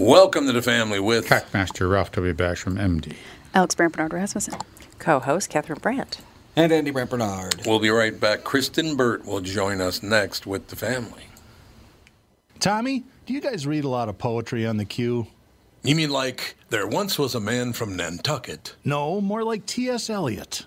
Welcome to the family with Hackmaster Ralph W. Basham, MD. Alex Brandt Bernard Rasmussen. co-host Catherine Brandt. And Andy Brant Bernard. We'll be right back. Kristen Burt will join us next with the family. Tommy, do you guys read a lot of poetry on the queue? You mean like there once was a man from Nantucket? No, more like T.S. Eliot.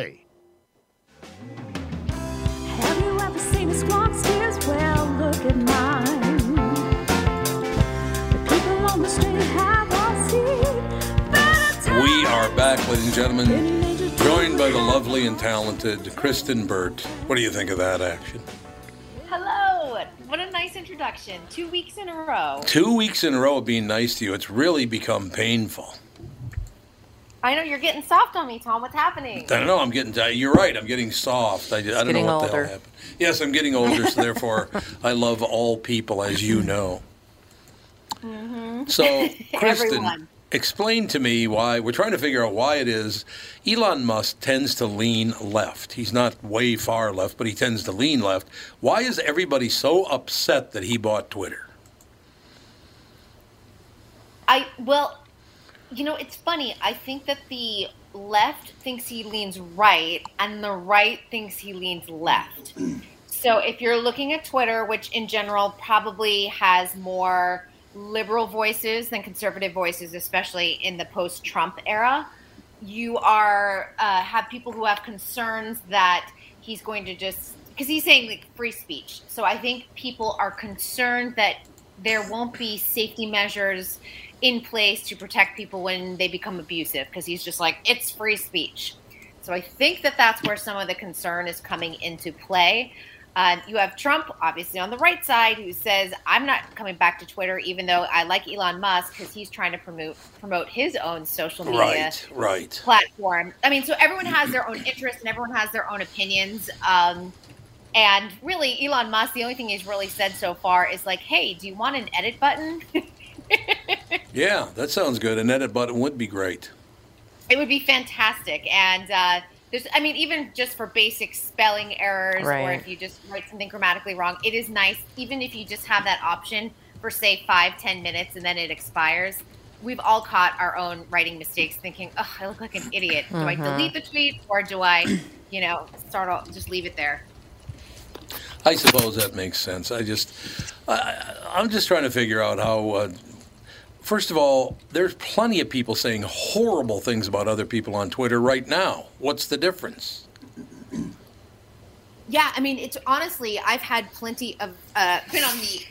Have you ever seen a squawk stairs? Well, look at mine. The people on the street have all seen better times. We are back, ladies and gentlemen, joined by the lovely and talented Kristen Burt. What do you think of that action? Hello! What a nice introduction. Two weeks in a row. Two weeks in a row of being nice to you, it's really become painful. I know you're getting soft on me, Tom. What's happening? I don't know. I'm getting. ti- You're right. I'm getting soft. I, I don't know getting what the older. hell happened. Yes, I'm getting older, so therefore I love all people, as you know. So, Kristen, Mm-hmm. Everyone. explain to me why we're trying to figure out why it is Elon Musk tends to lean left. He's not way far left, but he tends to lean left. Why is everybody so upset that he bought Twitter? I well, you know, it's funny. I think that the left thinks he leans right, and the right thinks he leans left. So if you're looking at Twitter, which in general probably has more liberal voices than conservative voices, especially in the post-Trump era. You are uh, have people who have concerns that he's going to just because he's saying like free speech. So I think people are concerned that there won't be safety measures in place to protect people when they become abusive because he's just like it's free speech. So I think that that's where some of the concern is coming into play. Uh, you have Trump, obviously, on the right side, who says, I'm not coming back to Twitter, even though I like Elon Musk because he's trying to promote, promote his own social media Right, right. platform. I mean, so everyone has their own interests and everyone has their own opinions. Um, and really, Elon Musk, the only thing he's really said so far is like, hey, do you want an edit button? Yeah, that sounds good. An edit button would be great. It would be fantastic. And uh, there's, I mean, even just for basic spelling errors, or Right. if you just write something grammatically wrong, it is nice, even if you just have that option for, say, five, ten minutes and then it expires. We've all caught our own writing mistakes thinking, oh, I look like an idiot. Do I Mhm. delete the tweet or do I, you know, start off, just leave it there? I suppose that makes sense. I just, I, I- I'm just trying to figure out how. Uh, first of all, there's plenty of people saying horrible things about other people on Twitter right now. What's the difference? Yeah, I mean, it's honestly, I've had plenty of uh, been on the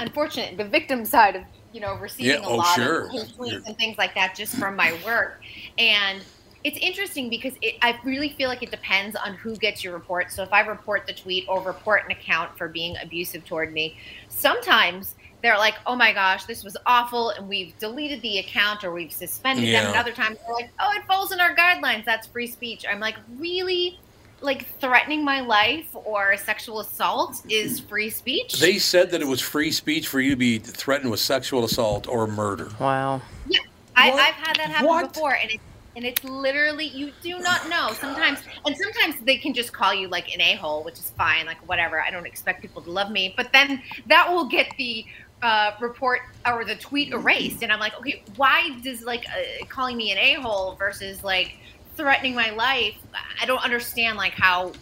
unfortunate, the victim side of you know receiving Yeah, a oh, lot sure. of hate You're- tweets and things like that just from my work, and it's interesting because it, I really feel like it depends on who gets your report. So if I report the tweet or report an account for being abusive toward me, sometimes. They're like, oh my gosh, this was awful, and we've deleted the account or we've suspended them. Yeah. And other times they're like, oh, it falls in our guidelines. That's free speech. I'm like, really? like threatening my life or sexual assault is free speech. They said that it was free speech for you to be threatened with sexual assault or murder. Wow. yeah, I, What? I've had that happen What? before, and it's and it's literally you do not know sometimes, and sometimes they can just call you like an a hole, which is fine, like whatever. I don't expect people to love me, but then that will get the. Uh, report or the tweet erased, and I'm like, okay, why does like uh, calling me an a hole versus like threatening my life? I don't understand like how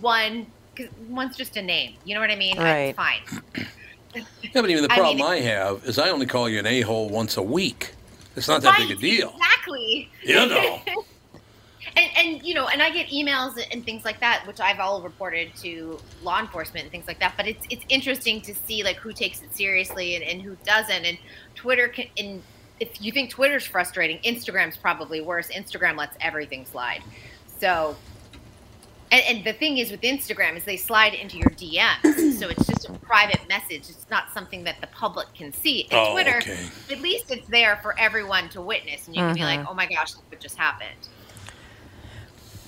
one because one's just a name, you know what I mean? Right. It's fine. Yeah, but even the I problem mean- I have is I only call you an a hole once a week. It's not that big a Right, deal. Exactly. You know. and and you know, and I get emails and things like that, which I've all reported to law enforcement and things like that. But it's it's interesting to see like who takes it seriously and, and who doesn't. And Twitter can. And if you think Twitter's frustrating, Instagram's probably worse. Instagram lets everything slide. So. And, and the thing is with Instagram is they slide into your DMs, so it's just a private message. It's not something that the public can see. And Oh, Twitter, okay. at least it's there for everyone to witness, and you can be Mm-hmm. like, "Oh my gosh, look what just happened."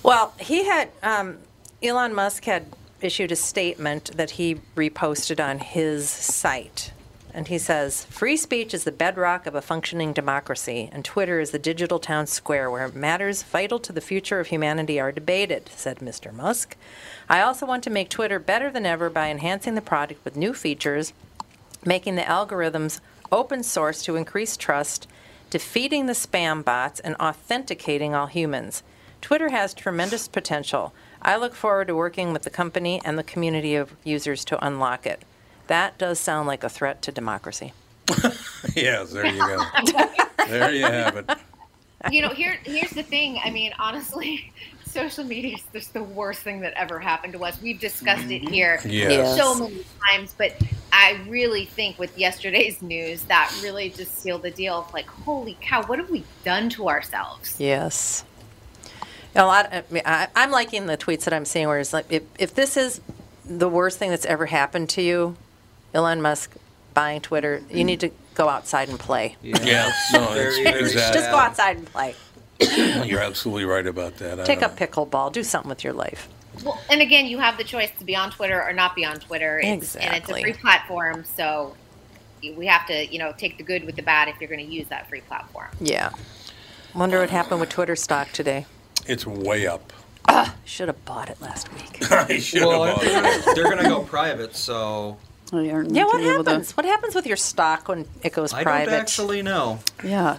Well, he had um, Elon Musk had issued a statement that he reposted on his site. And he says, free speech is the bedrock of a functioning democracy, and Twitter is the digital town square where matters vital to the future of humanity are debated, said Mr. Musk. I also want to make Twitter better than ever by enhancing the product with new features, making the algorithms open source to increase trust, defeating the spam bots, and authenticating all humans. Twitter has tremendous potential. I look forward to working with the company and the community of users to unlock it. That does sound like a threat to democracy. yes, there you go. there you have it. You know, here here's the thing. I mean, honestly, social media is just the worst thing that ever happened to us. We've discussed it here Mm-hmm. Yes. so many times, but I really think with yesterday's news, that really just sealed the deal. Of like, holy cow, what have we done to ourselves? Yes. A lot. I mean, I, I'm liking the tweets that I'm seeing where it's like, if, if this is the worst thing that's ever happened to you, Elon Musk buying Twitter, you need to go outside and play. Yeah, no, it's, Very, very exactly. Just go outside and play. You're absolutely right about that. I Take don't- up pickleball. Do something with your life. Well, and again, you have the choice to be on Twitter or not be on Twitter. It's, And it's a Exactly. free platform, so we have to, you know, take the good with the bad if you're going to use that free platform. Yeah. Wonder what happened with Twitter stock today. It's way up. Should have bought it last week. I should have Well, bought it. they're going to go private, so yeah, what happens? What happens with your stock when it goes I private? don't actually know. Yeah.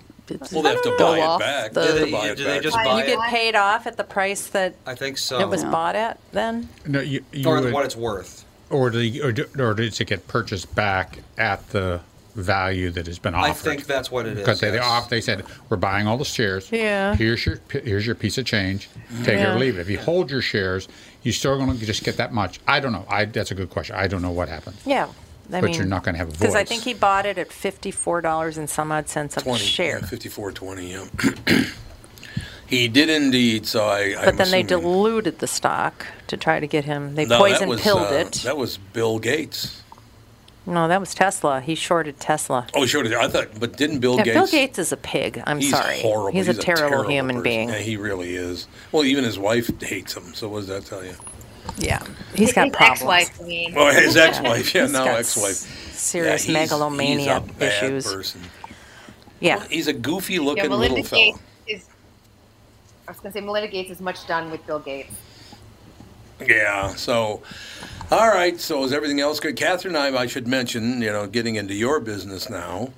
Well, they have to Go buy it off back. the- They have Do to they- buy it do they back. just Why- buy you get it? paid off at the price that I think so. it was bought at then? No, you, you or would- what it's worth. or, the, or, do- or does it get purchased back at the value that has been I Ah, offered. think that's what it is, Because they, they yes. off they said we're buying all the shares. Yeah. Here's your here's your piece of change. Take it Yeah. or leave it. If you hold your shares, you're still going to just get that much. I don't know. I that's a good question. I don't know what happened. Yeah. I But you're not gonna have a Because I voice. think he bought it at $54 and some odd cents a 20, share. yeah, 54, 20, yeah. he did indeed, so I. But I'm then they assuming- diluted the stock to try to get him. They No, that poison was, pilled uh, it. That was Bill Gates. No, that was Tesla. He shorted Tesla. Oh, sure. I thought, but didn't Bill yeah, Gates? Bill Gates is a pig. I'm he's sorry. Horrible. He's, a, terrible, human person. being. Yeah, he really is. Well, even his wife hates him. So what does that tell you? Yeah, he's got His problems. ex-wife, I mean. Oh, his ex-wife. Yeah, He's now got ex-wife. s- serious Yeah, he's- megalomania he's a bad issues. person. Yeah. He's a goofy-looking yeah, little Melinda fellow. Gates is. I was gonna say Melinda Gates is much done with Bill Gates. Yeah. So, all right. So is everything else good? Catherine and I, I should mention, you know, getting into your business now.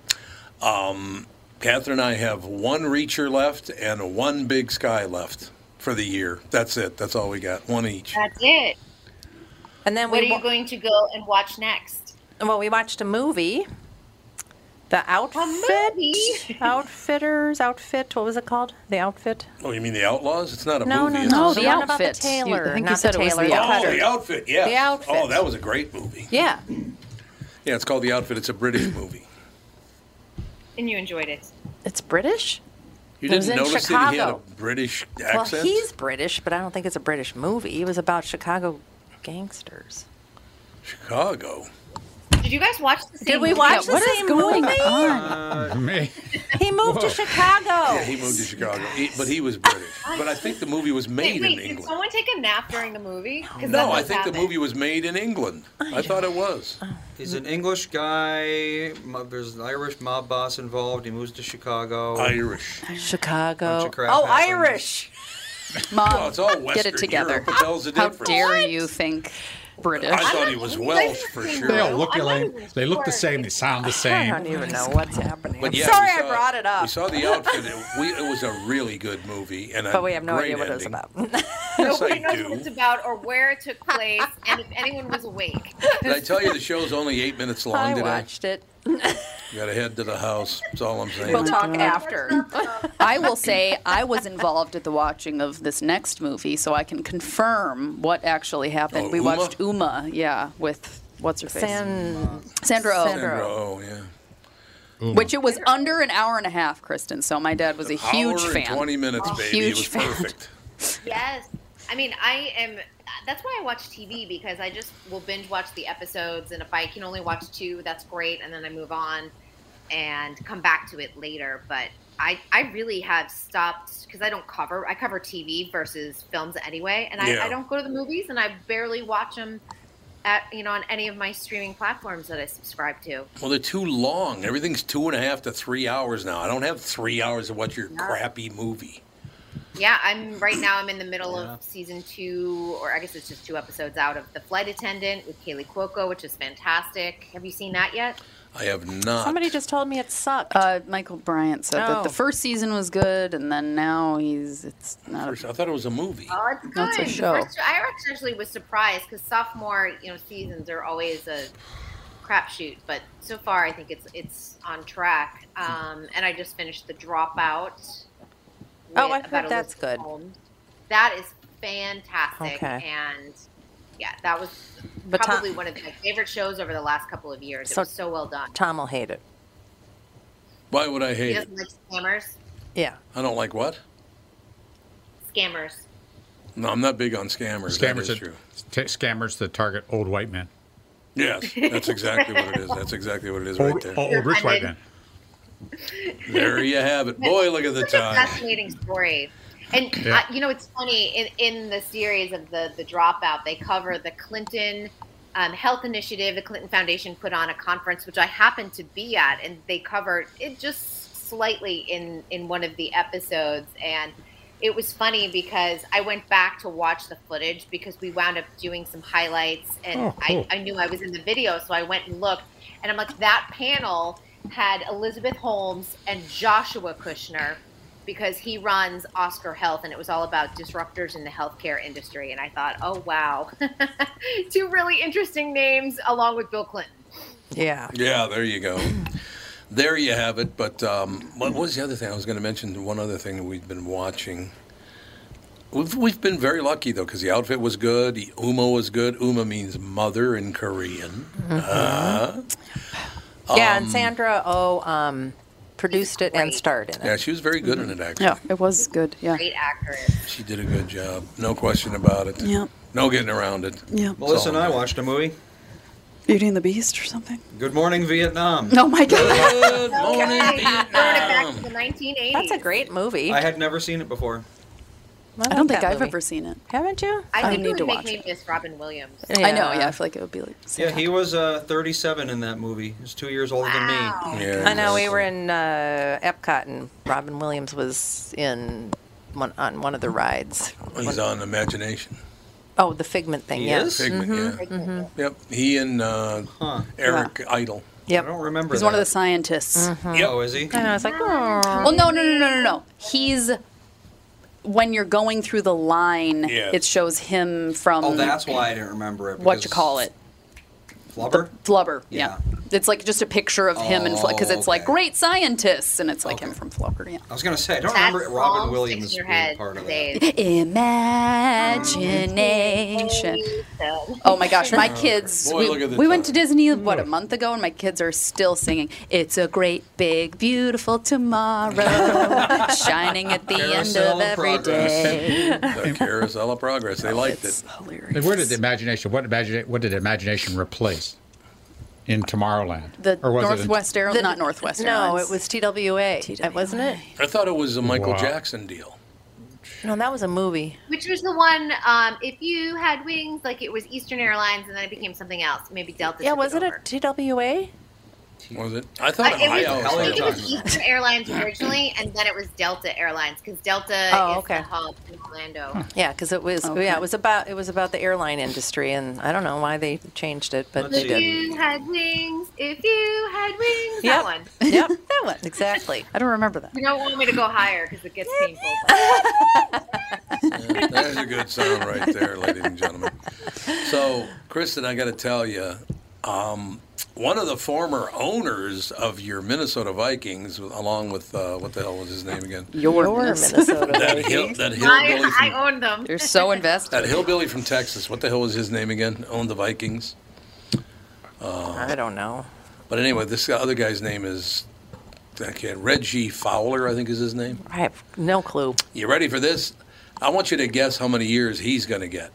Um, Catherine and I have one reacher left and one big sky left for the year. That's it. That's all we got. One each. That's it. And then what we are wa- you going to go and watch next? Well, we watched a movie. The outfit, outfitters, outfit. What was it called? The outfit. Oh, you mean the Outlaws? It's not a No, movie. no, is no, it? the Not about the outfit. You- I tailor, think you not said the it was tailor, the the outfit. Oh, cutter. the outfit. Yeah. The outfit. Oh, that was a great movie. Yeah. Yeah, it's called The Outfit. It's a British movie. And you enjoyed it. It's British. You It was didn't in notice that he had a Chicago. British well, accent. he's British, but I don't think it's a British movie. It was about Chicago gangsters. Chicago. Did you guys watch the same? Did we watch movie? the same movie? Me. He moved to Chicago. Yeah, he moved to Chicago, He- but he was British. But I think the movie was Wait, made wait, in did England. someone take a nap during the movie? 'Cause that No, I must think the happen. movie was made in England. I thought it was. He's an English guy. mo- There's an Irish mob boss involved. He moves to Chicago. Irish. Chicago. Bunch of crap Oh, happens. Irish. Mom, Well, it's all get Western it together. Europe. What the hell's the How difference? dare you think British? I thought he was Welsh for sure. They all Oh, look the same. They look the same. They sound the same. I don't even know what's happening. But yeah, Sorry, uh, I we saw- brought it up. We saw the outfit. It, we, it was a really good movie, and a But we have no great idea what it was ending. about. Yes, I Nobody knows do. what it's about or where it took place, and if anyone was awake. Did I tell you the show's only eight minutes long I today? watched it. You gotta head to the house. That's all I'm saying. We'll talk after. I will say I was involved at the watching of this next movie, so I can confirm what actually happened. Oh, we Uma? watched Uma, yeah, with what's her face, San- Sandra Oh. Sandra Oh, yeah. Which it was under an hour and a half, Kristen. So my dad was a huge Hour and fan. Twenty minutes, baby. Huge it was fan. perfect. Yes. I mean, I am. That's why I watch TV because I just will binge watch the episodes, and if I can only watch two, that's great, and then I move on and come back to it later. But I, I really have stopped because I don't cover. I cover TV versus films anyway, and I, Yeah. I don't go to the movies, and I barely watch them at you know on any of my streaming platforms that I subscribe to. Well, they're too long. Everything's two and a half to three hours now. I don't have three hours to watch your crappy movie. Yeah, I'm right now. I'm in the middle of season two, or I guess it's just two episodes out of the flight attendant with Kaylee Cuoco, which is fantastic. Have you seen that yet? I have not. Somebody just told me it sucked. Uh, Michael Bryant said that the Oh. first season was good, and then now he's it's not. First, I thought it was a movie. Oh, it's good. That's a The show. first- I actually was surprised because sophomore, you know, seasons are always a crapshoot, but so far I think it's it's on track. Hmm. Um, and I just finished the dropout. with- Oh, I about heard that's Elizabeth good. Holmes. That is fantastic, Okay. and yeah, that was But Tom- probably one of my favorite shows over the last couple of years. it So- was so well done. Tom will hate it. Why would I He hate it? doesn't like scammers. Yeah. I don't like what? Scammers. No, I'm not big on scammers. That Scammers is that true. t- scammers that target old white men. Yes, that's exactly what it is. That's exactly what it is right Old, there. old, rich white men. There you have it. Boy, look at the It's a time. fascinating story. And Yeah. uh, you know, it's funny in, in the series of the the dropout, they cover the Clinton um, Health Initiative. The Clinton Foundation put on a conference, which I happened to be at, and they covered it just slightly in in one of the episodes. And it was funny because I went back to watch the footage because we wound up doing some highlights, and Oh, cool. I, I knew I was in the video, so I went and looked, and I'm like, that panel had Elizabeth Holmes and Joshua Kushner because he runs Oscar Health, and it was all about disruptors in the healthcare industry. And I thought, oh wow, two really interesting names along with Bill Clinton. Yeah. Yeah, there you go. there you have it. But um, what was the other thing I was going to mention? One other thing that we've been watching. We've, we've been very lucky though, because the outfit was good. The Uma was good. Uma means mother in Korean. Uh, yeah, um, and Sandra Oh um, produced it and starred in it. Yeah, she was very good in it. Actually, Yeah, it was good. Yeah. Great actress. she did a good job. No question about it. Yeah. No getting around it. Yeah. Melissa and I watched a movie, Beauty and the Beast or something. Good Morning Vietnam. Oh my god. Good morning, back Um, to the 1980s. That's a great movie. I had never seen it before. I don't think that I've movie. ever seen it. Haven't you? I I think need it would to make watch me miss Robin Williams. I know. Yeah, I feel like it would be like. Yeah, he was uh, 37 in that movie. He's two years older Oh than me. I know we were in uh, Epcot and Robin Williams was in one, on one of the rides. Oh, He's on Imagination. Oh, the Figment thing. He yeah. is? Figment, Mhm, yeah. mhm. Yep. He and uh, Eric Idle. Yep. Mm-hmm. I don't remember. He's one of the scientists. Oh, is he? And I was like, oh. Well, no, no, no, no, no, no. He's when you're going through the line, Yes. it shows him from. oh, that's why I didn't remember it. Um, What you because call it? Flubber? Flubber. Yeah. It's like just a picture of him and because Oh, it's like great scientists, and it's like him from Flubber. Yeah. I was going to say, I don't remember Robin Williams your being head part of today. it. Imagination. Oh my gosh, my Oh, kids. boy, we look at the we went to Disney, what, a month ago, and my kids are still singing, It's a great, big, beautiful tomorrow, shining at the end of every day. the Carousel of Progress. They liked it. Like, Where did the imagination? What imagination? What did imagination replace in Tomorrowland? The or was it in- Northwest Air, The- not Northwest No, Airlines. it was TWA, uh, wasn't it? I thought it was a Michael Wow. Jackson deal. No, that was a movie. Which was the one, um, if you had wings, like it was Eastern Airlines and then it became something else. Maybe Delta. Yeah, took was it over. a TWA? Was it? I Uh, thought it was, Ohio I think it was. was Eastern Airlines originally, and then it was Delta Airlines because Delta Oh, is okay. the hub in Orlando. Yeah, because it was yeah, it was about it was about the airline industry, and I don't know why they changed it, but If they did. you had wings, if you had wings, that Yep. one. Yep, that one exactly. I don't remember that. You don't want me to go higher because it gets painful. That's a good sound right there, ladies and gentlemen. So, Kristen, I got to tell you, um, one of the former owners of your Minnesota Vikings, along with uh, what the hell was his name again? Your Minnesota that, hill, Vikings. that I, hillbilly I from, own them. You're so invested. that hillbilly from Texas. What the hell was his name again? Owned the Vikings. Uh, I don't know. But anyway, this other guy's name is I can't Reggie Fowler, I think is his name. I have no clue. You ready for this? I want you to guess how many years he's going to get.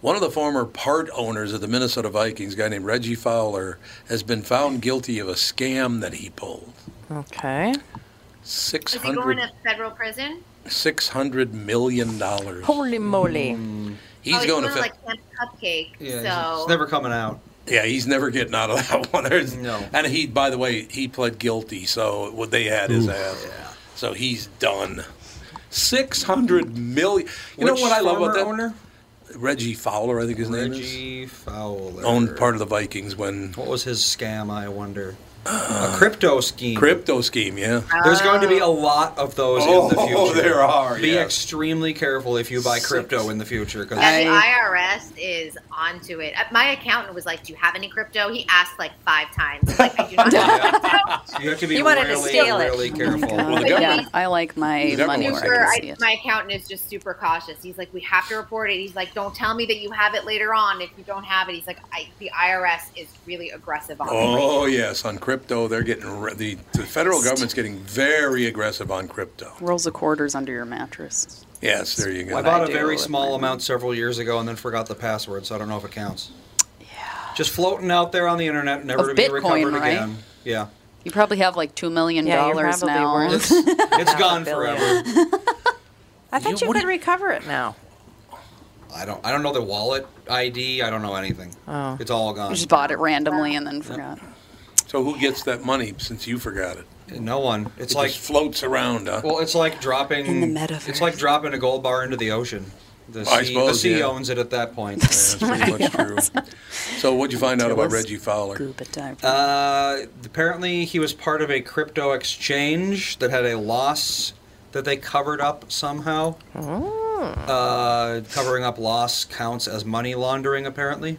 One of the former part owners of the Minnesota Vikings, a guy named Reggie Fowler, has been found guilty of a scam that he pulled. Okay. Is Six he going hundred to federal prison? six hundred million dollars. Holy moly! He's oh, going to he's fe- like Camp Cupcake. he's- so it's never coming out. Yeah, he's never getting out of that one. There's, no. And he, by the way, he pled guilty, so what they had his Oof. ass. So he's done. Six hundred million. You know Which what I love about former that owner? Reggie Fowler, I think his name is. Reggie Fowler. Owned part of the Vikings when What was his scam, I wonder? a crypto scheme. Crypto scheme, yeah. There's going to be Oh. a lot of those in the Oh, future. there are, Be yes. extremely careful if you buy crypto in the future. Cause And the IRS is onto it. Uh, My accountant was like, "Do you have any crypto?" He asked like five times. Like, I do not. you have to be You wanted to really, steal it. really careful. Well, the Oh yeah, government- I like my The government money wants where to I can Sure, I- see it. my accountant is just super cautious. He's like, "We have to report it." He's like, "Don't tell me that you have it later on if you don't have it." He's like, I, "The IRS is really aggressive on it." Oh yes, on crypto they're getting re- the, the federal government's getting very aggressive on crypto. Rolls of quarters under your mattress. Yes, there you go. I bought a very small amount several years ago and then forgot the password, so I don't know if it counts. Yeah. Just floating out there on the internet, never Of to be Bitcoin, recovered right? again. Yeah. You probably have like two million Yeah, you're dollars probably now. worth- It's gone forever. I thought you, could recover it now. I don't I don't know the wallet ID, I don't know anything. Oh. It's all gone. You just bought it randomly and then forgot. So who gets that money since you forgot it? No one. It's it like just floats around, huh? well, it's like dropping It's like dropping a gold bar into the ocean. The sea, I the suppose, sea yeah. owns it at that point. Pretty much true. So what'd you find out about Reggie Fowler? Uh, apparently, he was part of a crypto exchange that had a loss that they covered up somehow. Uh, covering up loss counts as money laundering, apparently.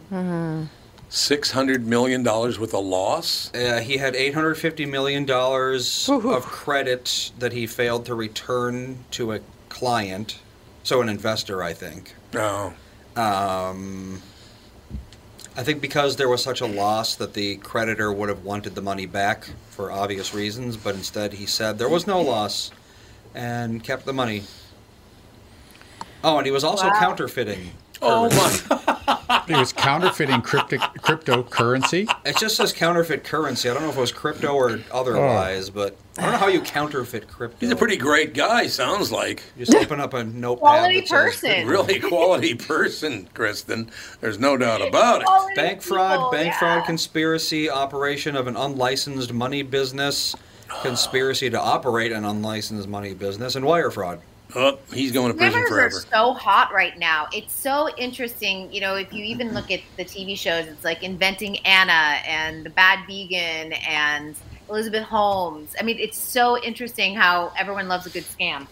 Six hundred million dollars with a loss. Uh, he had eight hundred fifty million dollars of credit that he failed to return to a client, so an investor, I think. Oh. Um, I think because there was such a loss that the creditor would have wanted the money back for obvious reasons, but instead he said there was no loss, and kept the money. Oh, and he was also Wow. counterfeiting. Oh It was counterfeiting cryptic, cryptocurrency. It just says counterfeit currency. I don't know if it was crypto or otherwise, but I don't know how you counterfeit crypto. Oh. He's a pretty great guy, sounds like. Just open up a notepad. Quality that says- person. Really quality person, Kristen. There's no doubt about it. Bank fraud, bank fraud conspiracy, operation of an unlicensed money business, conspiracy to operate an unlicensed money business, and wire fraud. Oh, he's going Rivers are so hot right now. It's so interesting. You know, if you even look at the TV shows, it's like Inventing Anna and The Bad Vegan and Elizabeth Holmes. I mean, it's so interesting how everyone loves a good scam.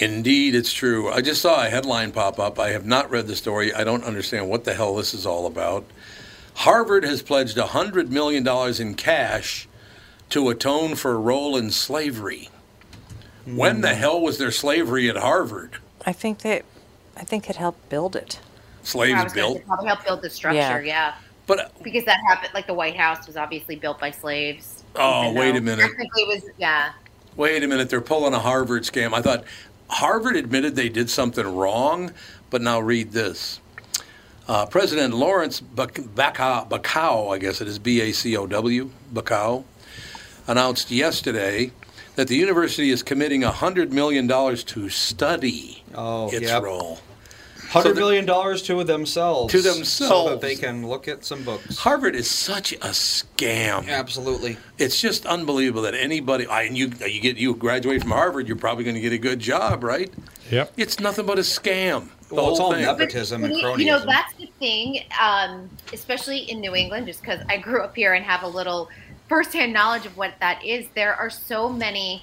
Indeed, it's true. I just saw a headline pop up. I have not read the story. I don't understand what the hell this is all about. Harvard has pledged $100 million in cash to atone for a role in slavery. When Hmm. the hell was there slavery at Harvard? I think that I think it helped build it. I Slaves was gonna built. say Probably help build the structure, yeah. But because that happened, like the White House was obviously built by slaves. Oh, even wait though a minute. Technically, it was yeah. Wait a minute, they're pulling a Harvard scam. I thought Harvard admitted they did something wrong, but now read this. Uh, President Lawrence Bac- Bacow, Bacow, I guess it is B A C O W, Bacow, announced yesterday that the university is committing $100 million to study Oh, its yep. role. Hundred million dollars to themselves. To So that themselves. they can look at some books. Harvard is such a scam. Absolutely. It's just unbelievable that anybody, I, and you, you get you graduate from Harvard, you're probably going to get a good job, right? Yep. It's nothing but a scam. The Well, it's whole all thing. nepotism and You know, that's the thing, um, especially in New England, just because I grew up here and have a little firsthand knowledge of what that is. There are so many,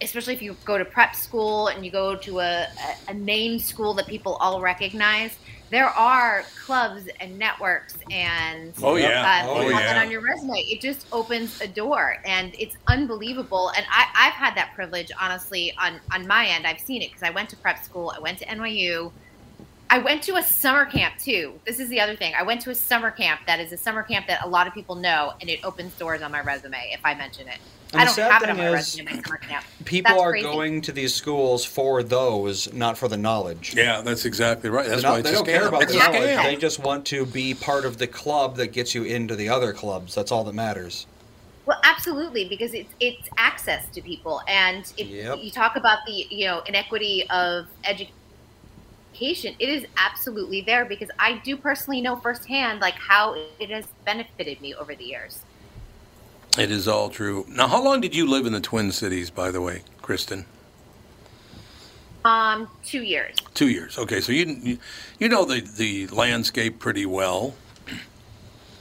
especially if you go to prep school and you go to a, a, a name school that people all recognize. There are clubs and networks and Oh, yeah. uh, Oh, they have that yeah. on your resume. It just opens a door and it's unbelievable. And I, I've had that privilege, honestly, on, on my end. I've seen it because I went to prep school, I went to NYU, I went to a summer camp too. This is the other thing. I went to a summer camp that is a summer camp that a lot of people know, and it opens doors on my resume if I mention it. And I the don't sad have it on thing my is, resume. My summer camp. People That's are crazy. going to these schools for those, not for the knowledge. Yeah, that's exactly right. That's They're not- why it's they a don't care scam. about It's the a knowledge. scam. They just want to be part of the club that gets you into the other clubs. That's all that matters. Well, absolutely, because it's it's access to people, and if Yep. you talk about the you know inequity of education, it is absolutely there because I do personally know firsthand like how it has benefited me over the years. It is all true. Now, how long did you live in the Twin Cities, by the way, Kristen? Um, two years. Two years. Okay, so you you- you know the the landscape pretty well.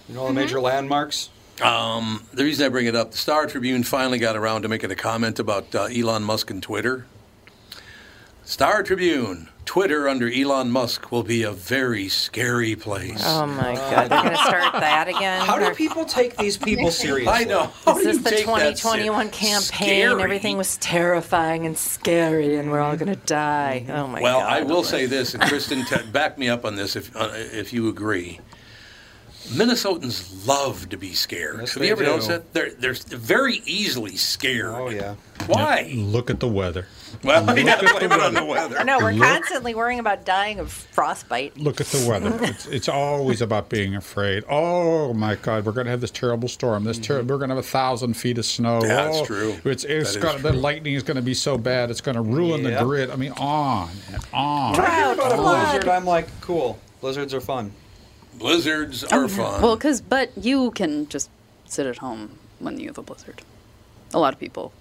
You know the major Mm-hmm. landmarks. Um, the reason I bring it up, the Star Tribune finally got around to making a comment about uh, Elon Musk and Twitter. Star Tribune, Twitter under Elon Musk will be a very scary place. Oh my God, they're gonna start that again. How do Or- people take these people seriously? I know. How Is do this you the take that 2021 campaign? Scary. Everything was terrifying and scary, and we're all gonna die. Mm-hmm. Oh my well, God. I will say this, and Kristen, t- back me up on this if uh, if you agree. Minnesotans love to be scared. Have they you ever do. noticed that? They're they're very easily scared. Oh yeah. Why? Look at the weather. Well, yeah, Look at blame it on the weather. I know we're Look- constantly worrying about dying of frostbite. Look at the weather. It's, it's always about being afraid. Oh my God, we're going to have this terrible storm. This ter- we're going to have a thousand feet of snow. Mm-hmm. That's Oh, true. It's it's That is gonna, the lightning is going to be so bad. It's going to ruin Yep. the grid. I mean, on and on. When I hear about a Flood. blizzard, I'm like, cool. Blizzards are fun. Blizzards are fun. Oh, Well, because but you can just sit at home when you have a blizzard. A lot of people.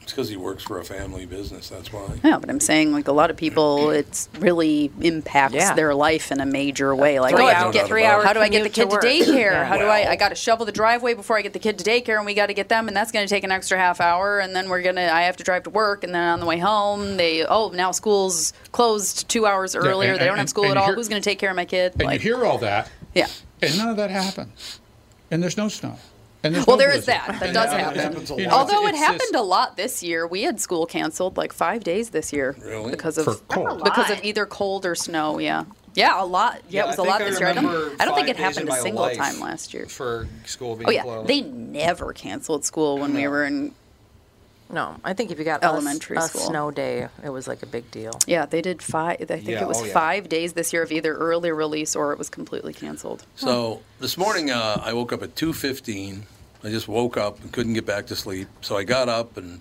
It's because he works for a family business. That's why. Yeah, but I'm saying like a lot of people, it's really impacts Yeah. their life in a major way. Like, Three oh, I have to hour- get- three hour how do I get the kid commute to to work. daycare? Yeah. How do I? I got to shovel the driveway before I get the kid to daycare, and we got to get them, and that's going to take an extra half hour, and then we're gonna. I have to drive to work, and then on the way home, they oh now school's closed two hours Yeah, earlier. and- they don't and- have school and at all. here- Who's going to take care of my kid? And you hear all that, yeah. And none of that happened. And there's no snow. And there's Well, no there is blizzard. that. That And does it happen. happens a lot. Although it It's just- happened a lot this year. We had school canceled like five days this year Really? because of For cold. because of either cold or snow. Yeah, yeah, a lot. Yeah, Yeah, it was I a lot think I this year. I remember don't, I don't five think it days happened in a my single life time last year. for school being Oh yeah, closed. they never canceled school when we were in. No, I think if you got elementary a, s- school. a snow day, it was like a big deal. Yeah, they did five. I think Yeah, it was oh, yeah. five days this year of either early release or it was completely canceled. So this morning uh, I woke up at 2:15. I just woke up and couldn't get back to sleep. So I got up and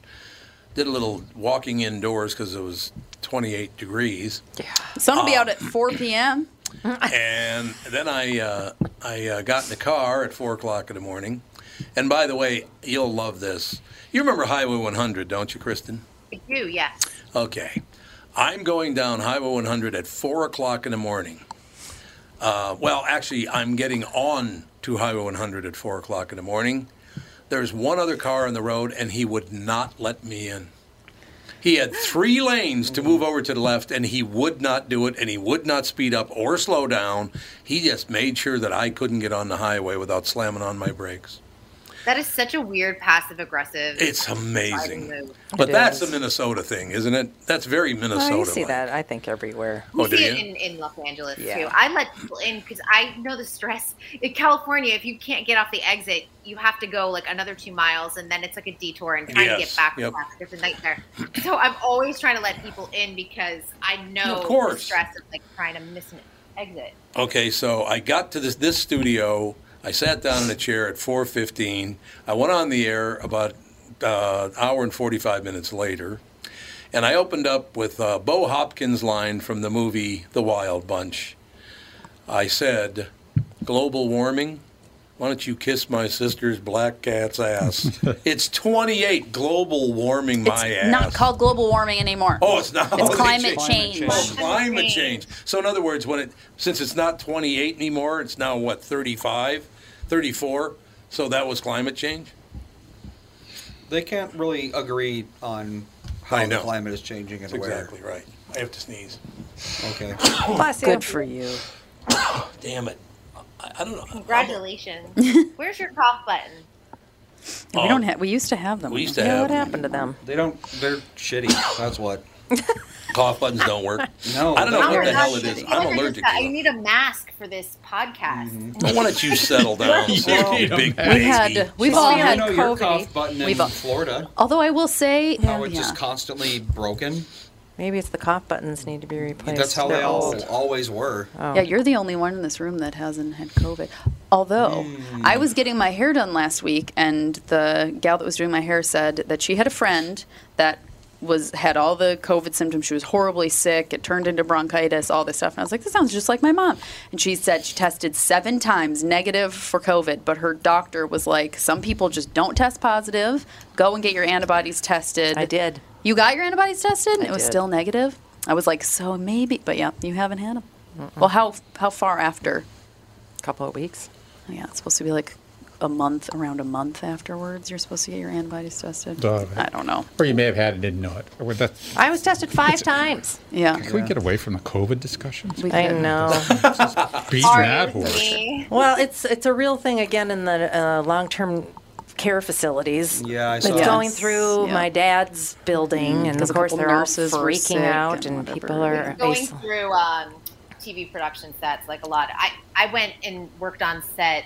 did a little walking indoors because it was 28 degrees. Yeah. Sun will be out at 4 p.m. and then I uh, I uh, got in the car at four o'clock in the morning. And by the way, you'll love this. You remember Highway 100, don't you, Kristen? I do, yes. Okay. I'm going down Highway 100 at 4 o'clock in the morning. Uh, well, actually, I'm getting on to Highway 100 at 4 o'clock in the morning. There's one other car on the road, and he would not let me in. He had three lanes to move over to the left, and he would not do it, and he would not speed up or slow down. He just made sure that I couldn't get on the highway without slamming on my brakes. That is such a weird passive aggressive. It's amazing. driving move. But It that's is. a Minnesota thing, isn't it? That's very Minnesota. Well, you see that, I think, everywhere. Oh, We do see it you? in, in Los Angeles Yeah. too. I let people in because I know the stress. In California, if you can't get off the exit, you have to go like another two miles, and then it's like a detour and trying to Yes, get back. yep. back. It's a nightmare. So I'm always trying to let people in because I know Of the course. stress of like trying to miss an exit. Okay, so I got to this this studio. I sat down in a chair at 4:15. I went on the air about uh, an hour and 45 minutes later, and I opened up with uh, Bo Hopkins' line from the movie The Wild Bunch. I said, "Global warming." Why don't you kiss my sister's black cat's ass? it's 28 global warming my ass. Not called global warming anymore. Oh, it's not. It's They climate changed- change. Oh, climate change. So in other words, when it since it's not 28 anymore, it's now what 35, 34. So that was climate change. They can't really agree on how I the know. climate is changing and That's where. exactly right. I have to sneeze. Okay. Bless you. Good for you. Damn it. I, I don't know. Congratulations. Where's your cough button? we don't have. We used to have them. We used to yeah, have what them. happened to them? They don't. They're shitty. That's what. Cough buttons don't work. No, I don't know they're what the not hell it is. shitty. I'm Or just allergic that- to you it. Mm-hmm. need a mask for this podcast. Why don't you settle down, You sister, need big a baby? mask. We had- we've Well, all you had know your COVID. cough button in We've all- Florida. Although I will say, How it's yeah. just constantly broken. Maybe it's the cough buttons need to be Mm. replaced. That's how they They're all old. always were. Oh. yeah, you're the only one in this room that hasn't had COVID. Although Hmm. I was getting my hair done last week, and the gal that was doing my hair said that she had a friend that was had all the COVID symptoms. She was horribly sick. It turned into bronchitis, all this stuff. And I was like, this sounds just like my mom. And she said she tested seven times negative for COVID, but her doctor was like, some people just don't test positive. Go and get your antibodies tested. I did. You got your antibodies tested? I it was did. still negative. I was like, so maybe, but yeah, you haven't had them. Well, how how far after? couple of weeks. Yeah, it's supposed to be like a month, around a month afterwards. You're supposed to get your antibodies tested. Uh, Duh. I don't know. Or you may have had and didn't know it. Or that's, I was tested five times. Yeah. Can we get away from the COVID discussions? We I could. know. Beat that horse. Well, it's it's a real thing again in the uh, long term care facilities. Yeah, I it's saw that. going through Yeah. Mm. my dad's building, and because of a course couple they're all nurses were sick freaking out, and and, whatever. people are going through um, TV production sets like a lot. I I went and worked on set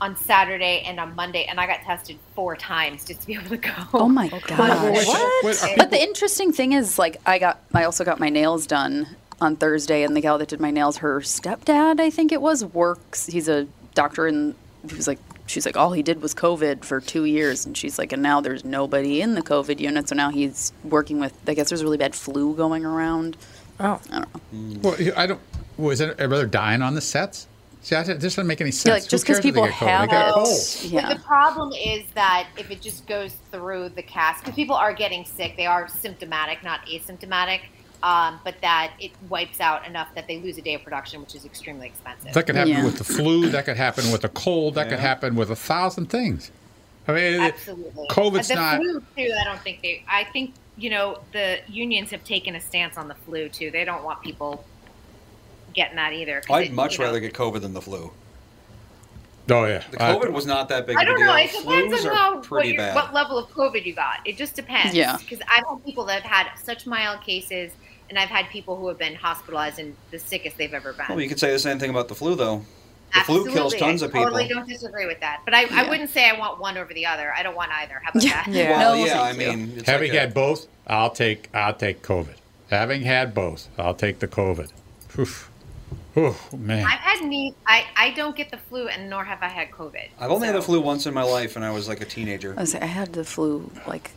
on Saturday and on Monday, and I got tested four times just to be able to go. Oh my Wait, gosh. wait, are But the interesting thing is, like, I got, I also got my nails done on Thursday, and the gal that did my nails, her stepdad, I think it was, works. He's a doctor, and he was like, she's like, all he did was COVID for two years, and she's like, and now there's nobody in the COVID unit, so now he's working with. I guess there's a really bad flu going around. Oh, I don't know. Mm. Well, you- I don't. Was it everybody dying on the sets? See, I, this doesn't make any sense. like, just 'cause Who cares if they people get COVID? They have got it. colds. Yeah. But the problem is that if it just goes through the cast, because people are getting sick, they are symptomatic, not asymptomatic. Um, but that it wipes out enough that they lose a day of production, which is extremely expensive. That could happen Yeah. with the flu. That could happen with a cold. That could happen with a thousand things. I mean, it- Absolutely. COVID's the not. flu too. I don't think they. I think you know the unions have taken a stance on the flu too. They don't want people getting that either. 'cause I'd it, much you know, rather get COVID than the flu. Oh yeah. The COVID was not that big I of a don't deal. know. It depends Flus on are how, what, pretty your, bad. what level of COVID you got. It just depends. Yeah. Because I've had people that have had such mild cases, and I've had people who have been hospitalized and the sickest they've ever been. Well, you could say the same thing about the flu, though. The flu kills Absolutely. tons of I people. totally don't disagree with that. But I, I wouldn't say I want one over the other. I don't want either. How about that? Well, yeah, I mean, it's having like a- had both, I'll take I'll take COVID. Having had both, I'll take the COVID. Oof. Oof, man. I've had me. I, I don't get the flu, and nor have I had COVID. I've only had the flu once in my life, and I was like a teenager. I was I had the flu like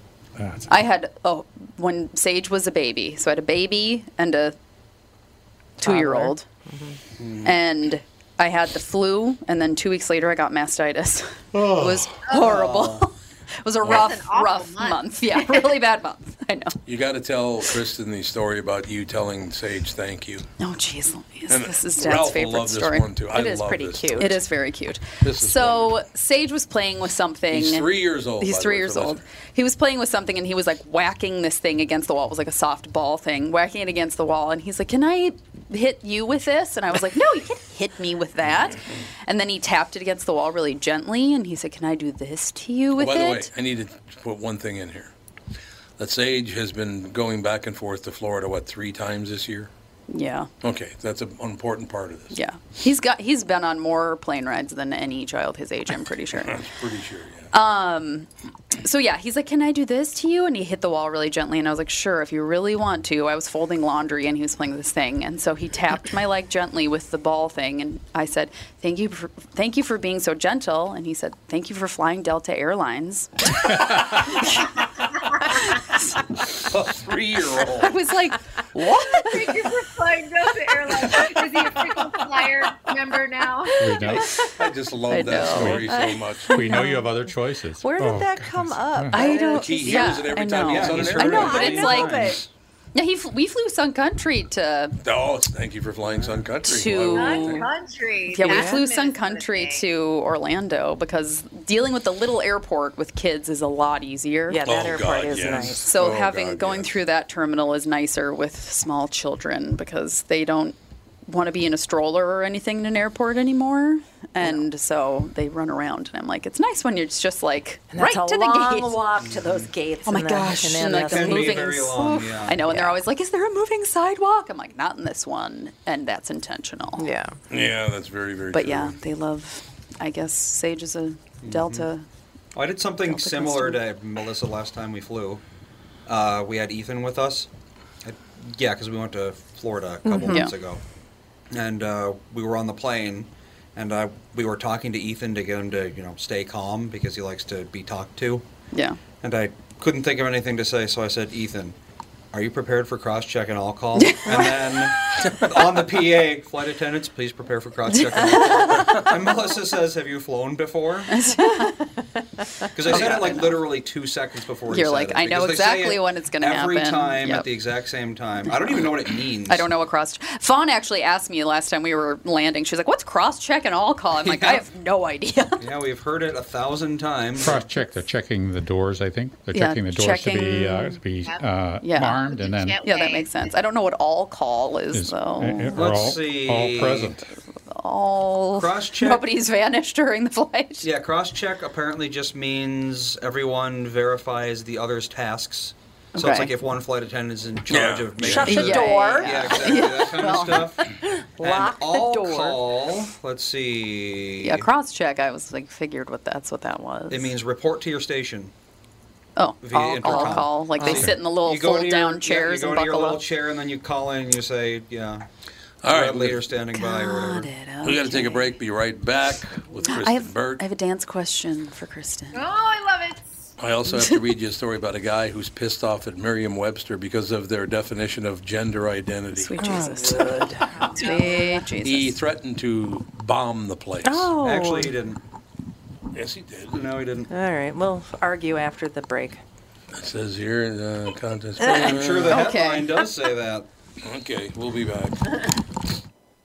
I had oh when Sage was a baby, so I had a baby and a two-year-old, Mm. Mm-hmm. and I had the flu, and then two weeks later I got mastitis. it was horrible. it was a That's rough, an rough month. Yeah, really bad month. I know. You got to tell Kristen the story about you telling Sage thank you. Oh, jeez, Louise, And this is Dad's Ralph will favorite love this story. one, too. I It is love pretty this cute. story. It is very cute. This is so Sage was playing with something. He's three years old, He's by the three way, years for old. He was playing with something, and he was like whacking this thing against the wall. It was like a soft ball thing, whacking it against the wall. And he's like, "Can I hit you with this?" And I was like, "No, you can't hit me with that." And then he tapped it against the wall really gently, and he said, "Can I do this to you with Oh, By it?" the way, I need to put one thing in here. That Sage has been going back and forth to Florida, what, three times this year? Yeah. Okay, that's an important part of this. Yeah, he's got he's been on more plane rides than any child his age. I'm pretty sure. Pretty sure. Um, so yeah, he's like, "Can I do this to you?" And he hit the wall really gently, and I was like, "Sure, if you really want to." I was folding laundry, and he was playing with this thing, and so he tapped my leg gently with the ball thing, and I said, "Thank you, for, thank you for being so gentle," and he said, "Thank you for flying Delta Airlines." a three-year-old. I was like, "What?" Thank you for flying Delta Airlines. Is he a freaking flyer member now? We know. I just love I that know. story so much. We know you have other choices. Where did Oh, that come up? I don't. He hears yeah, it every I time know. he gets on an I airplane. know, but it's like, yeah, he fl- we flew Sun Country to Oh, thank you for flying Sun Country. To- Why would Sun you? Country. Yeah, we flew Sun Country to Orlando because dealing with the little airport with kids is a lot easier. Yeah, that Oh, airport God, is yes. nice. So Oh, having God, going through that terminal is nicer with small children because they don't want to be in a stroller or anything in an airport anymore. And so they run around, and I'm like, it's nice when you're just like And that's right a to the long gate. walk to those gates. Oh my and the- gosh! and And, then like that's- the moving. long, s- yeah. I know, and they're always like, "Is there a moving sidewalk?" I'm like, "Not in this one," and that's intentional. Yeah. Yeah, that's very, very But true. yeah, they love. I guess Sage is a Mm-hmm. Mm-hmm. Delta. Oh, I did something Delta similar to Melissa last time we flew. Uh, we had Ethan with us. I, yeah, because we went to Florida a couple Mm-hmm. Mhm. months Yeah. ago, and uh, we were on the plane, and uh, we were talking to Ethan to get him to you know stay calm because he likes to be talked to. Yeah. And I couldn't think of anything to say, so I said, Ethan, are you prepared for cross check and all call? and then on the PA, flight attendants, please prepare for cross check and all call. and Melissa says, Have you flown before? Because I Oh, said God, it I like know. literally two seconds before he You're said like, it, "I know because they say exactly it when it's gonna happen." Every time Yep. at the exact same time. I don't even know what it means. I don't know what cross. Fawn actually asked me last time we were landing. She's like, "What's cross check and all call?" I'm like, "I have no idea." Yeah, we've heard it a thousand times. Cross check. They're checking the doors. I think they're Yeah, checking the doors to be uh, to be uh, yeah. armed, and then yeah, that makes sense. I don't know what all call is, is- though. uh, uh, are Let's all, see. all present. All Cross-check. Nobody's vanished during the flight. Yeah, cross check apparently just means everyone verifies the other's tasks. So it's Okay. like if one flight attendant is in charge of making Shut the sure- door. Yeah, exactly. That kind of stuff. Lock the all door. Call, let's see. Yeah, cross check. I was like, figured what that's what that was. It means report to your station. oh, via all intercom. call, call. Like they Okay. sit in the little You go into fold your- down yeah, chairs you go and into your buckle little up. chair and then you call in and you say, yeah. All All right, right, we- leader standing by or whatever. We got to take a break. Be right back with I Kristen have Burke. I have a dance question for Kristen. Oh, I love it. I also have to read you a story about a guy who's pissed off at Merriam-Webster because of their definition of gender identity. Sweet Jesus. Oh, Oh, Sweet Jesus. He threatened to bomb the place. Oh. Actually, he didn't. Yes, he did. No, he didn't. All right, we'll argue after the break. It says here the contest. I'm sure the Okay. headline does say that. Okay, we'll be back.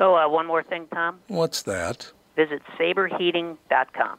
Oh, uh, one more thing, Tom. What's that? Visit saberheating.com.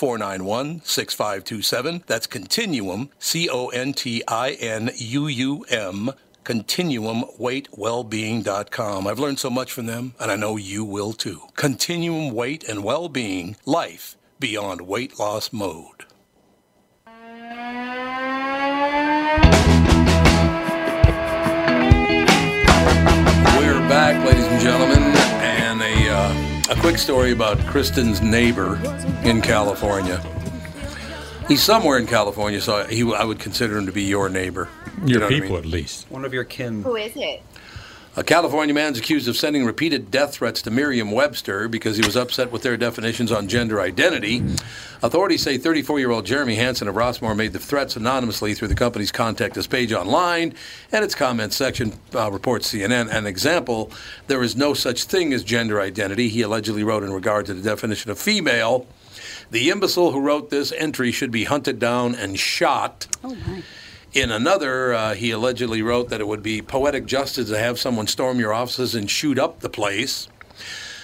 491 6527. That's Continuum, C O N T I N U U M, ContinuumWeightWellbeing.com. I've learned so much from them, and I know you will too. Continuum Weight and Wellbeing, life beyond weight loss mode. We're back, ladies and gentlemen, and a, uh, a quick story about Kristen's neighbor in California. He's somewhere in California, so he, I would consider him to be your neighbor. Your what I people, mean? at least. One of your kin. Who is it? A California man's accused of sending repeated death threats to Merriam Webster because he was upset with their definitions on gender identity. Authorities say 34 year old Jeremy Hansen of Rossmore made the threats anonymously through the company's Contact Us page online and its comments section, uh, reports CNN. An example there is no such thing as gender identity, he allegedly wrote in regard to the definition of female. The imbecile who wrote this entry should be hunted down and shot. Oh, my. In another, uh, he allegedly wrote that it would be poetic justice to have someone storm your offices and shoot up the place.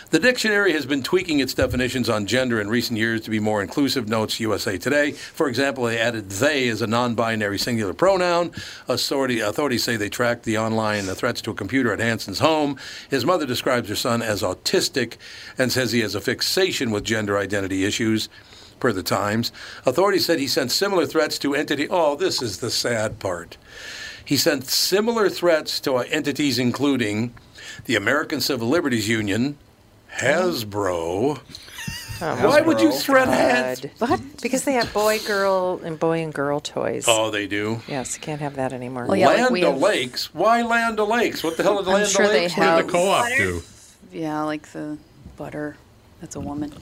The dictionary has been tweaking its definitions on gender in recent years to be more inclusive, notes USA Today. For example, they added they as a non binary singular pronoun. Authority, authorities say they tracked the online uh, threats to a computer at Hanson's home. His mother describes her son as autistic and says he has a fixation with gender identity issues per the Times. Authorities said he sent similar threats to entity. Oh, this is the sad part. He sent similar threats to entities including the American Civil Liberties Union, Hasbro. Oh. Why would you threaten Has? What? Because they have boy, girl, and boy and girl toys. Oh, they do. Yes, can't have that anymore. Land O'Lakes. Why Land O'Lakes? What the hell did I'm Land sure they O'Lakes? What have did the co-op butter. do? Yeah, like the butter. That's a woman.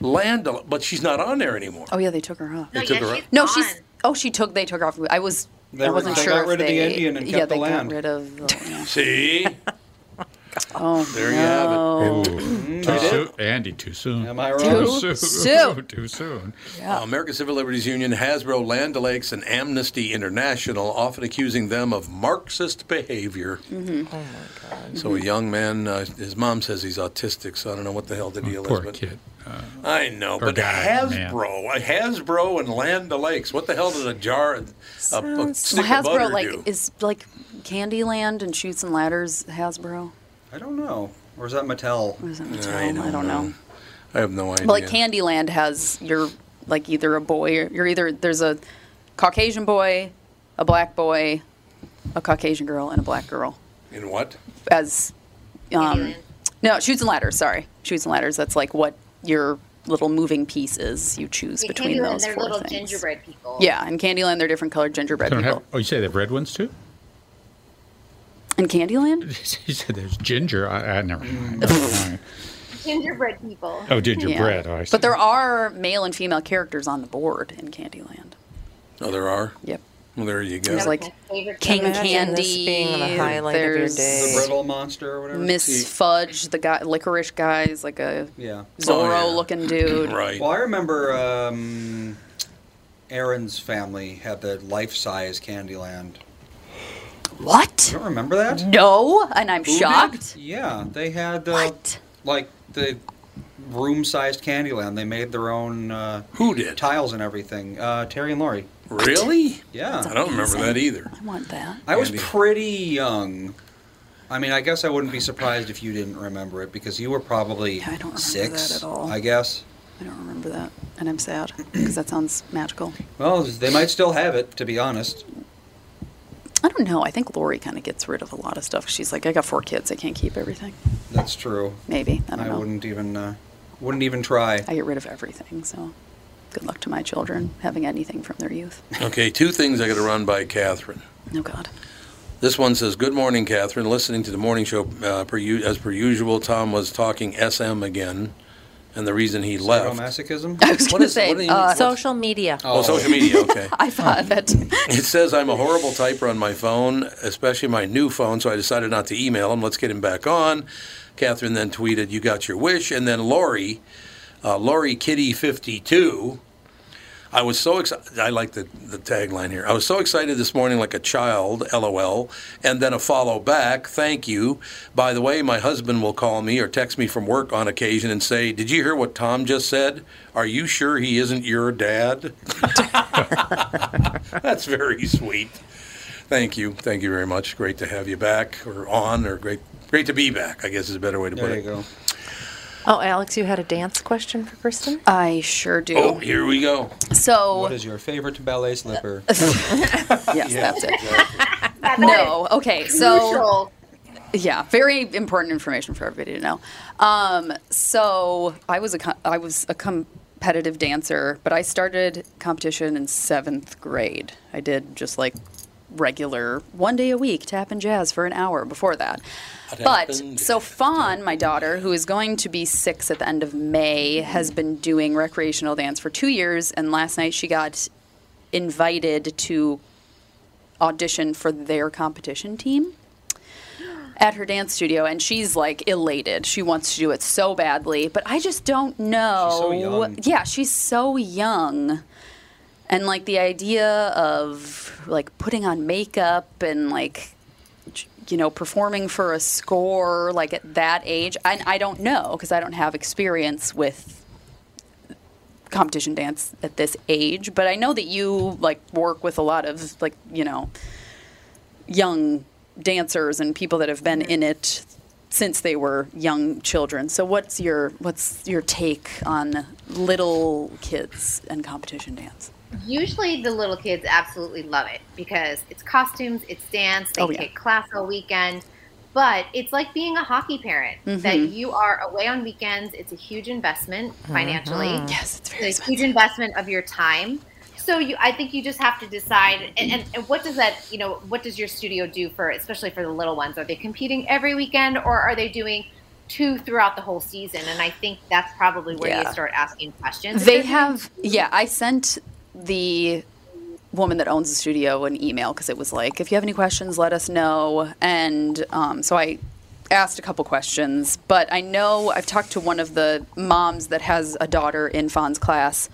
Land, O- but she's not on there anymore. Oh yeah, they took her off. They No, took yeah, her she's off? No, she's. Oh, she took. They took her off. I was. They I were- wasn't they sure got if rid of the they, Indian and yeah, kept the they land. got rid of. The, See, oh there you no. have it. Ooh, too soon. Andy, too soon. Am I wrong? Too Too soon. soon. too soon. Uh, American Civil Liberties Union, Hasbro, Land O'Lakes, and Amnesty International, often accusing them of Marxist behavior. Mm-hmm. So Mm-hmm. a young man, uh, his mom says he's autistic, so I don't know what the hell the deal Oh, poor is. But kid. I know, Or but guy, man. Hasbro, uh, Hasbro, and Land O'Lakes. What the hell did a jar, a, a stick Well, of Hasbro butter like do? is like Candyland and Chutes and Ladders. Hasbro. I don't know. Oh, Or is that Mattel? Or is that Mattel? I don't know. I have no idea. But like Candyland has your like either a boy or you're either there's a Caucasian boy, a black boy, a Caucasian girl, and a black girl. In what? as um, no shoots and ladders. Sorry, shoots and ladders. That's like what your little moving piece is. You choose Yeah, between Candyland, those they're four little things. gingerbread people. Yeah, in Candyland they're different colored gingerbread Don't people. have, oh, you say they have red ones too? in Candyland, You said there's ginger. I, I never mind. Never mind. Gingerbread people. Oh, gingerbread. Oh, I see. but there are male and female characters on the board in Candyland. Oh, there are. Yep. Well, there you go. There's like King Imagine Candy. this being the highlight of your there's day. The Brittle Monster or whatever. Miss Fudge, the guy, licorice guy's like a Yeah. Oh, Zorro looking dude. Well, I remember um, Aaron's family had the life-size Candyland. What? You don't remember that? No, and I'm Who did? shocked. Yeah, they had uh, like the room-sized Candyland. They made their own uh, who did tiles and everything. Uh, Terry and Lori. Really? Yeah, That's I don't remember amazing. that either. I want that. I was pretty young. I mean, I guess I wouldn't be surprised if you didn't remember it because you were probably I don't six. that at all. I guess. I don't remember that, and I'm sad because that sounds magical. Well, they might still have it, to be honest. I don't know. I think Lori kind of gets rid of a lot of stuff. She's like, I got four kids. I can't keep everything. That's true. Maybe I don't know. wouldn't even uh, wouldn't even try. I get rid of everything. So, good luck to my children having anything from their youth. Okay, two things I got to run by Catherine. Oh God. This one says, "Good morning, Catherine. Listening to the morning show uh, per u- as per usual. Tom was talking SM again, and the reason he left. Masochism. I was going to say uh, social media. Oh, social media. Okay. I thought that. it says I'm a horrible typer on my phone, especially my new phone. So I decided not to email him. Let's get him back on. Catherine then tweeted, "You got your wish." And then Lori, uh, Lori Kitty 52. I was so excited. I like the, the tagline here. I was so excited this morning, like a child, lol. And then a follow back, thank you. By the way, my husband will call me or text me from work on occasion and say, Did you hear what Tom just said? Are you sure he isn't your dad? That's very sweet. Thank you. Thank you very much. Great to have you back or on or great great to be back, I guess is a better way to put There it. you go. Oh, Alex, you had a dance question for Kristen? I sure do. Oh, here we go. So What is your favorite ballet slipper? yes, that's it. no. Okay. So. Yeah, very important information for everybody to know. Um, so I was a co- I was a competitive dancer, but I started competition in seventh grade. I did just like regular one day a week tap and jazz for an hour before that. But so Fawn, my daughter, who is going to be six at the end of May, has been doing recreational dance for two years, and last night she got invited to audition for their competition team at her dance studio and she's like elated she wants to do it so badly but i just don't know young. yeah she's so young and like the idea of like putting on makeup and like j- you know performing for a score like at that age and i don't know because i don't have experience with competition dance at this age, but I know that you like work with a lot of like, you know, young dancers and people that have been in it since they were young children. So what's your what's your take on little kids and competition dance? Usually, the little kids absolutely love it because it's costumes, it's dance, they Oh, yeah. take class all weekend. But it's like being a hockey parent that Mhm. you are away on weekends. It's a huge investment financially. Mhm. Yes, it's very a huge investment of your time. So you, I think you just have to decide. And, and, and what does that, you know, what does your studio do for, especially for the little ones? Are they competing every weekend, or are they doing two throughout the whole season? And I think that's probably where Yeah. you start asking questions. If They there's an have, yeah. I sent the woman that owns the studio an email because it was like, if you have any questions, let us know. And um, so I asked a couple questions, but I know I've talked to one of the moms that has a daughter in Fawn's class.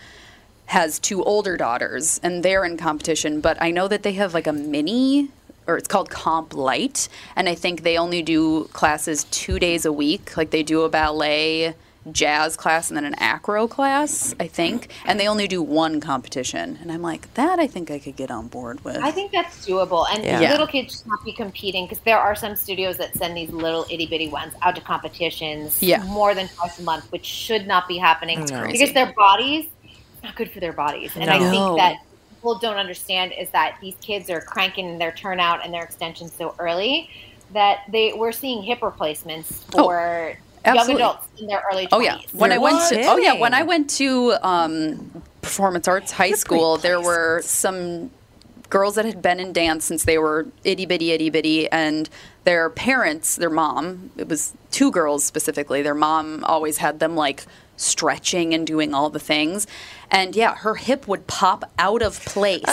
Has two older daughters and they're in competition, but I know that they have like a mini or it's called Comp Light, and I think they only do classes two days a week. Like they do a ballet, jazz class, and then an acro class, I think, and they only do one competition. And I'm like, that I think I could get on board with. I think that's doable, and Yeah. little kids should not be competing because there are some studios that send these little itty bitty ones out to competitions Yeah. more than twice a month, which should not be happening That's crazy. because their bodies it's not good for their bodies, and I No. think that people don't understand is that these kids are cranking their turnout and their extensions so early that they we're seeing hip replacements Oh, for young absolutely. adults in their early 20s. Oh yeah, when I went to What? oh yeah, when I went to um, performance arts high school, there were some girls that had been in dance since they were itty bitty itty bitty, and their parents, their mom, it was two girls specifically. Their mom always had them like stretching and doing all the things. And yeah, her hip would pop out of place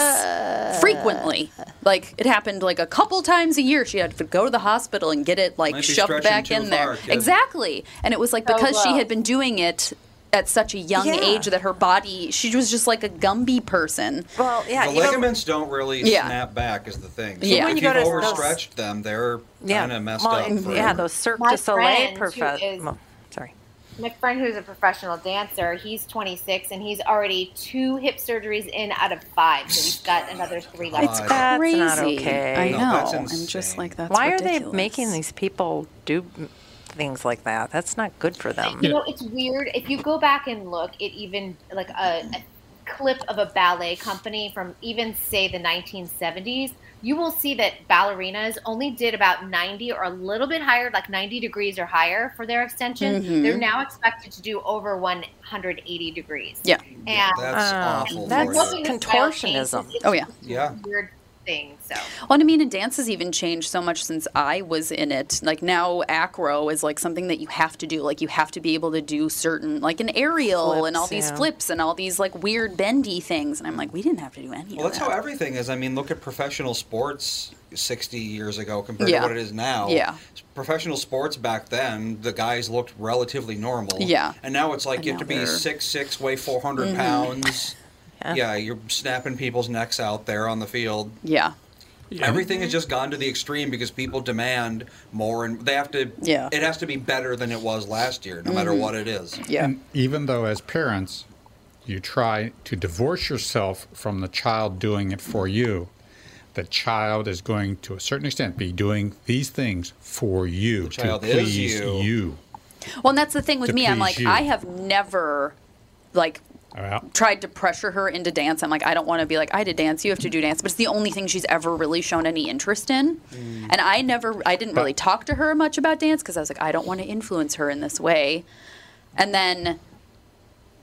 frequently. Like it happened like a couple times a year. She had to go to the hospital and get it like Might be shoved stretching back too in there. far, kid. exactly. And it was like Oh, because she wow. had been doing it at such a young Yeah. age that her body she was just like a Gumby person. Well, yeah, the you know- ligaments don't really Yeah. snap back is the thing. So Yeah. if When you you've go to those- overstretched them, they're kind of messed well, up. and- for- yeah, those Cirque My du Soleil friend who perfect. is- sorry. My friend who's a professional dancer, he's 26 and he's already two hip surgeries in out of five. So he's got another three left. It's That's crazy. not okay. I No, know. that's I'm just like that's Why are ridiculous. they making these people do m- things like that? That's not good for them. You know, it's weird. If you go back and look, it even like a, a clip of a ballet company from even say the 1970s, you will see that ballerinas only did about 90 or a little bit higher, like 90 degrees or higher for their extension. Mhm. They're now expected to do over 180 degrees. Yeah. And um, That's awful that's for you. contortionism. Oh, yeah. Yeah. Weird thing. So. Well, and I mean, and dance has even changed so much since I was in it. Like now, acro is like something that you have to do. Like you have to be able to do certain, like an aerial and Flips, all these yeah. flips and all these like weird bendy things. And I'm like, we didn't have to do any Well, of that's that. how everything is. I mean, look at professional sports 60 years ago compared Yeah. to what it is now. Yeah. Professional sports back then, the guys looked relatively normal. Yeah. And now it's like And you have to now be they're- six six, weigh 400 Mhm. pounds. Yeah. Yeah. you're snapping people's necks out there on the field. yeah. Everything Mm-hmm. has just gone to the extreme because people demand more, and they have to. Yeah. It has to be better than it was last year, no matter Mhm. what it is. And even though, as parents, you try to divorce yourself from the child doing it for you, the child is going to a certain extent be doing these things for you child to is please you. you. Well, and that's the thing with To me. I'm please like, you. I have never, like, Well, tried to pressure her into dance. I'm like, I don't want to be like, I did dance, you have to do dance. But it's the only thing she's ever really shown any interest in. Mm-hmm. And I never, I didn't really talk to her much about dance because I was like, I don't want to influence her in this way. And then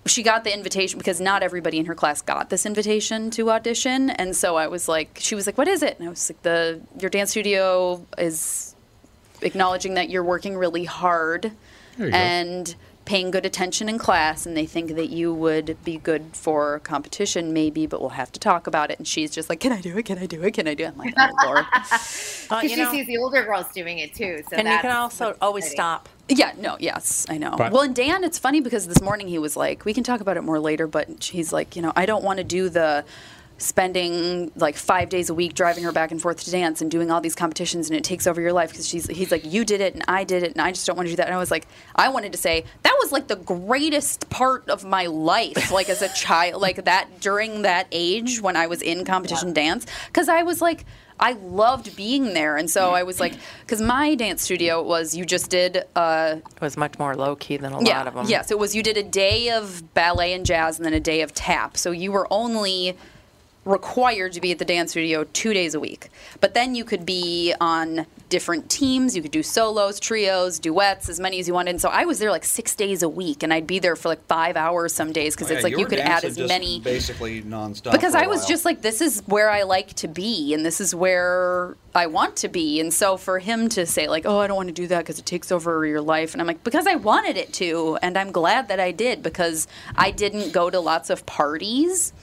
she got the invitation because not everybody in her class got this invitation to audition. And so I was like, she was like, what is it? And I was like, the, your dance studio is acknowledging that you're working really hard There you go. and paying good attention in class and they think that you would be good for competition maybe but we'll have to talk about it and she's just like can i do it can i do it can i do it i'm like oh lord Because she sees the older girls doing it too. So And you that's can also what's always exciting. stop. yeah no yes i know But- well and dan it's funny because this morning he was like we can talk about it more later but he's like you know i don't want to do the spending like five days a week driving her back and forth to dance and doing all these competitions and it takes over your life because she's he's like you did it and i did it and i just don't want to do that and i was like i wanted to say that was like the greatest part of my life like as a child like that during that age when i was in competition dance because i was like i loved being there and so i was like because my dance studio was you just did uh It was much more low key than a lot of them. Yes, it was you did a day of ballet and jazz and then a day of tap. So you were only required to be at the dance studio two days a week. But then you could be on different teams. You could do solos, trios, duets, as many as you wanted. And so I was there like six days a week and I'd be there for like five hours some days because Oh, it's yeah, like you were could add dancing as just many basically nonstop. because for a I was while. just like, this is where I like to be, and this is where I want to be. And so for him to say like, oh, I don't want to do that because it takes over your life, and I'm like, because I wanted it to, and I'm glad that I did because I didn't go to lots of parties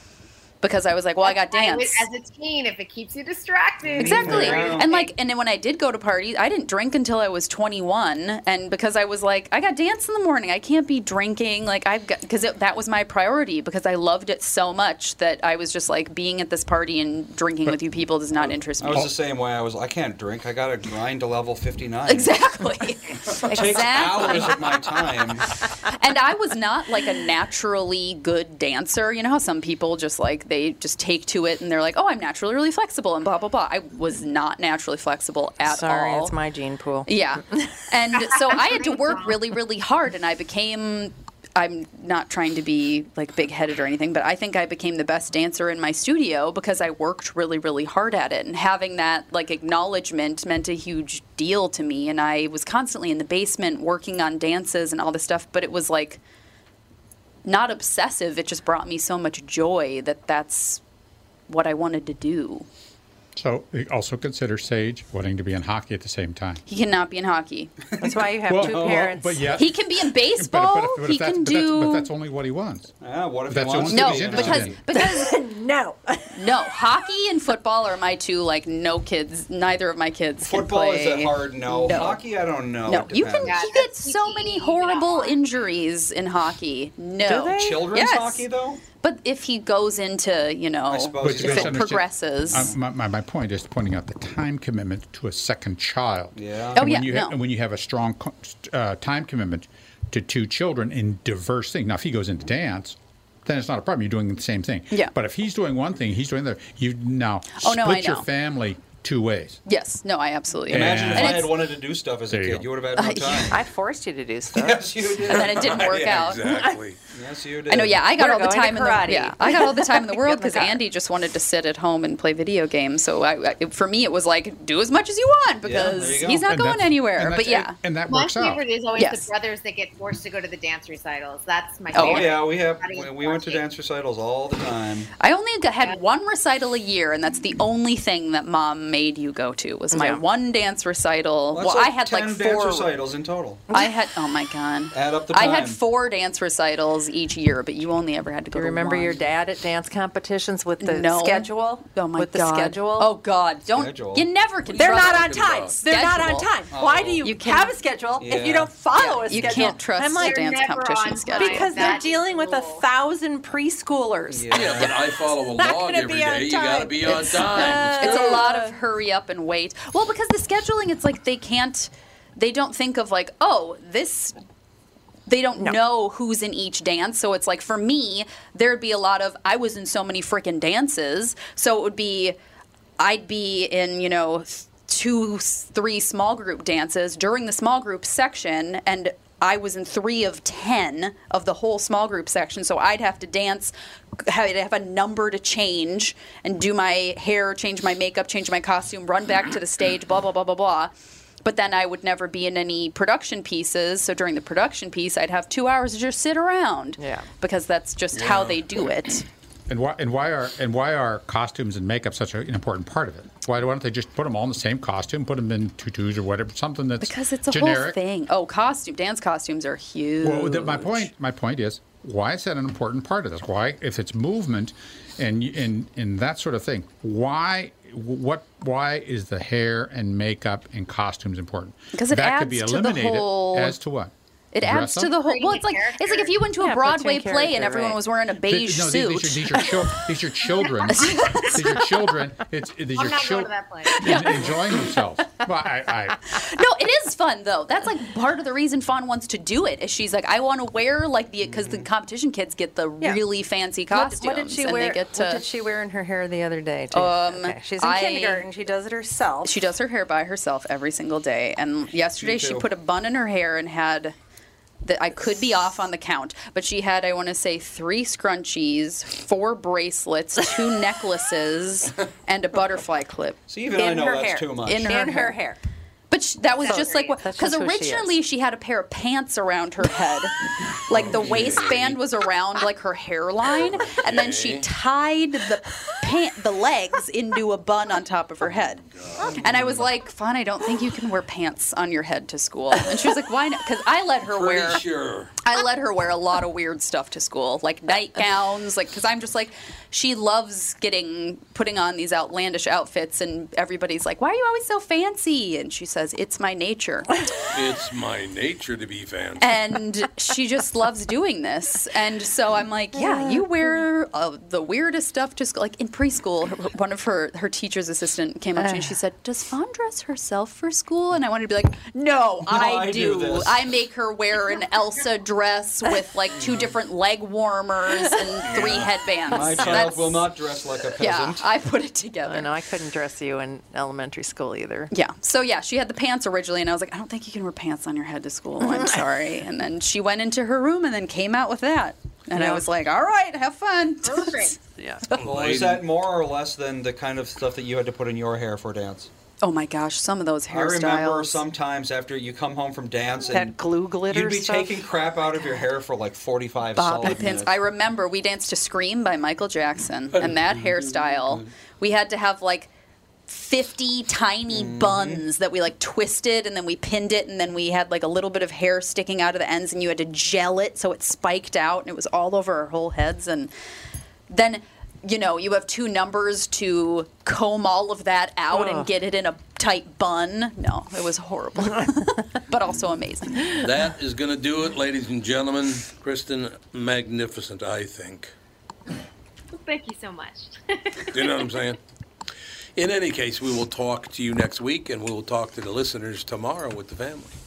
because I was like, well, I got I dance. would- as a teen, if it keeps you distracted, Exactly. you're great. And like and then when I did go to parties, I didn't drink until I was 21 and because I was like I got dance in the morning. I can't be drinking like I've got cuz that was my priority because I loved it so much that I was just like being at this party and drinking with you people does not interest me. I was the same way. I was. I can't drink. I gotta grind to level fifty nine. Exactly. Takes exactly. hours of my time. and I was not like a naturally good dancer. You know how some people just like they just take to it and they're like, "Oh, I'm naturally really flexible" and blah blah blah. I was not naturally flexible at Sorry, all. it's my gene pool. Yeah. And so I had to work really, really hard, and I became. I'm not trying to be like big headed or anything, but I think I became the best dancer in my studio because I worked really, really hard at it. And having that like acknowledgement meant a huge deal to me. And I was constantly in the basement working on dances and all this stuff, but it was like not obsessive. It just brought me so much joy that that's what I wanted to do. So we also consider Sage wanting to be in hockey at the same time. He cannot be in hockey. That's why you have Well, two well, parents. but yet- he can be in baseball. But, but if Oh, he that's, can but that's- do. but that's only Ah, what he wants. what if that's the only no, thing he's because interested in. because no, no. Hockey and football are my two like no kids. Neither of my kids Football can is play. a hard no. No. Hockey, I don't know. No, It you can. depends. You get so many horrible injuries in hockey. No, Do they? Children's Yes. hockey, though? But if he goes into, you know, But if you guys it understand- progresses, Uh, my, my, my point is pointing out the time commitment to a second child. Yeah. Oh, and yeah, When you ha- no. and when you have a strong co- st- uh, time commitment to two children in diverse things. Now, if he goes into dance, then it's not a problem. You're doing the same thing. Yeah. But if he's doing one thing, he's doing the other. You now Oh, split no, I your know. family two ways. yes, no, I absolutely Imagine if And I had it's- wanted to do stuff as a There you kid. go. You would have had no time. I forced you to do stuff. Yes, you did. And then it didn't work Yeah, out. Exactly. yes, you did. I know, yeah, I got We're all the going to time in the karate. Oh yeah, I got all the time in the world because Andy just wanted to sit at home and play video games. So I, I, for me, it was like do as much as you want because he's not And going that's- anywhere. and But that's- yeah, and- and that My works out. favorite is always Yes. the brothers that get forced to go to the dance recitals. That's my Oh favorite. yeah, we have. We, we went to dance recitals all the time. I only g- had one recital a year, and that's the only thing that mom made you go to was my Yeah. one dance recital. Well, Well, that's I had like 10 four. dance recitals in total. I had oh my god. Add up the I time. had four dance recitals each year, but you only ever had to go. You to remember one. your dad at dance competitions with the No. schedule? Oh my with God. the schedule? Oh God! Don't Schedule? you never can? They're trust not on them. time. They're not on Schedule. time. Oh. Why do you, have a schedule if Yeah. you don't follow Yeah, a you schedule? can't trust I'm like, the dance They're never competition on schedule. time. because That they're dealing with a thousand preschoolers. Yeah, but I follow a Not log gonna every be on day. You got to time. be on It's- time. It's Uh. Let's a go. lot of hurry up and wait. Well, because the scheduling, it's like they can't, they don't think of like, oh, this. They don't know who's in each dance. So it's like for me, there'd be a lot of, I was in so many freaking dances. So it would be, I'd be in, you know, th- two, s- three small group dances during the small group section, and I was in three of 10 of the whole small group section. So I'd have to dance, have, have a number to change, and do my hair, change my makeup, change my costume, run back to the stage, blah, blah, blah, blah, blah. But then I would never be in any production pieces. So during the production piece, I'd have two hours to just sit around. Yeah. Because that's just how Yeah. they do it. And why and why are and why are costumes and makeup such a- an important part of it? Why don't they just put them all in the same costume, put them in tutus or whatever, something that's Because it's a whole generic? thing. Oh, costume, dance costumes are huge. Well, th- my point, my point is, why is that an important part of this? Why, if it's movement, and y- and and that sort of thing, why, what, why is the hair and makeup and costumes important? Because it that adds could be to the eliminated whole- as to what. It adds Dress to up? the whole. Well, it's like it's like if you went to a Yeah, puts you in Broadway play and character, everyone right. was wearing a Th- beige no, these- suit. These, are, these are chil- these are children. these are children. It's these I'm are not going children enjoying themselves. Well, I, I, no, it is fun though. That's like part of the reason Fawn wants to do it. Is she's like, I want to wear like the because Mm. the competition kids get the really fancy What- costumes What, did she and wear? they get to. What did she wear in her hair the other day? too? Um, Okay, She's in I- kindergarten. She does it herself. She does her hair by herself every single day. And yesterday Me she too. put a bun in her hair and had that I could be off on the count, but she had I want to say three scrunchies, four bracelets, two necklaces, and a butterfly clip. See, even I know that's too much. In her, In hair. her But she, that was So just like what That's because just who she is. originally she, had a pair of pants around her head, like Oh, the waistband was around like her hairline, and then she tied the pant the legs into a bun on top of her head. Oh, And I was like, "Fawn, I don't think you can wear pants on your head to school." And she was like, "Why not?" Because I let her Pretty wear. sure. I let her wear a lot of weird stuff to school, like nightgowns, like because I'm just like, she loves getting putting on these outlandish outfits, and everybody's like, "Why are you always so fancy?" And she says, "It's my nature," It's my nature to be fancy. and she just loves doing this. And so I'm like, "Yeah, you wear uh, the weirdest stuff to school." Like in preschool, her, one of her her teacher's assistant came up to me and she said, "Does Fawn dress herself for school?" And I wanted to be like, "No, I, I do do. this." I make her wear an Elsa dress with like two different leg warmers and three headbands. My So child that's- will not dress like a peasant. yeah, I put it together. I know I couldn't dress you in elementary school either. Yeah. So yeah, she had the pants originally, and I was like, I don't think you can wear pants on your head to school. I'm sorry. And then she went into her room and then came out with that, and I Yeah. was like, all right, have fun. yeah. Well, is that more or less than the kind of stuff that you had to put in your hair for dance? Oh my gosh, some of those I remember hairstyles. sometimes after you come home from dance That and glue glitter you'd be stuff? taking crap out of your hair for like 45 Bobby solid pins. minutes. I remember we danced to "Scream" by Michael Jackson, and that hairstyle. We had to have like 50 tiny Mm-hmm. buns that we like twisted and then we pinned it and then we had like a little bit of hair sticking out of the ends and you had to gel it so it spiked out and it was all over our whole heads and then you know you have two numbers to comb all of that out Ugh. and get it in a tight bun no it was horrible but also amazing That is going to do it, ladies and gentlemen. Kristen, magnificent, I think. Thank you so much. You know what I'm saying? In any case, we will talk to you next week, and we will talk to the listeners tomorrow with the family.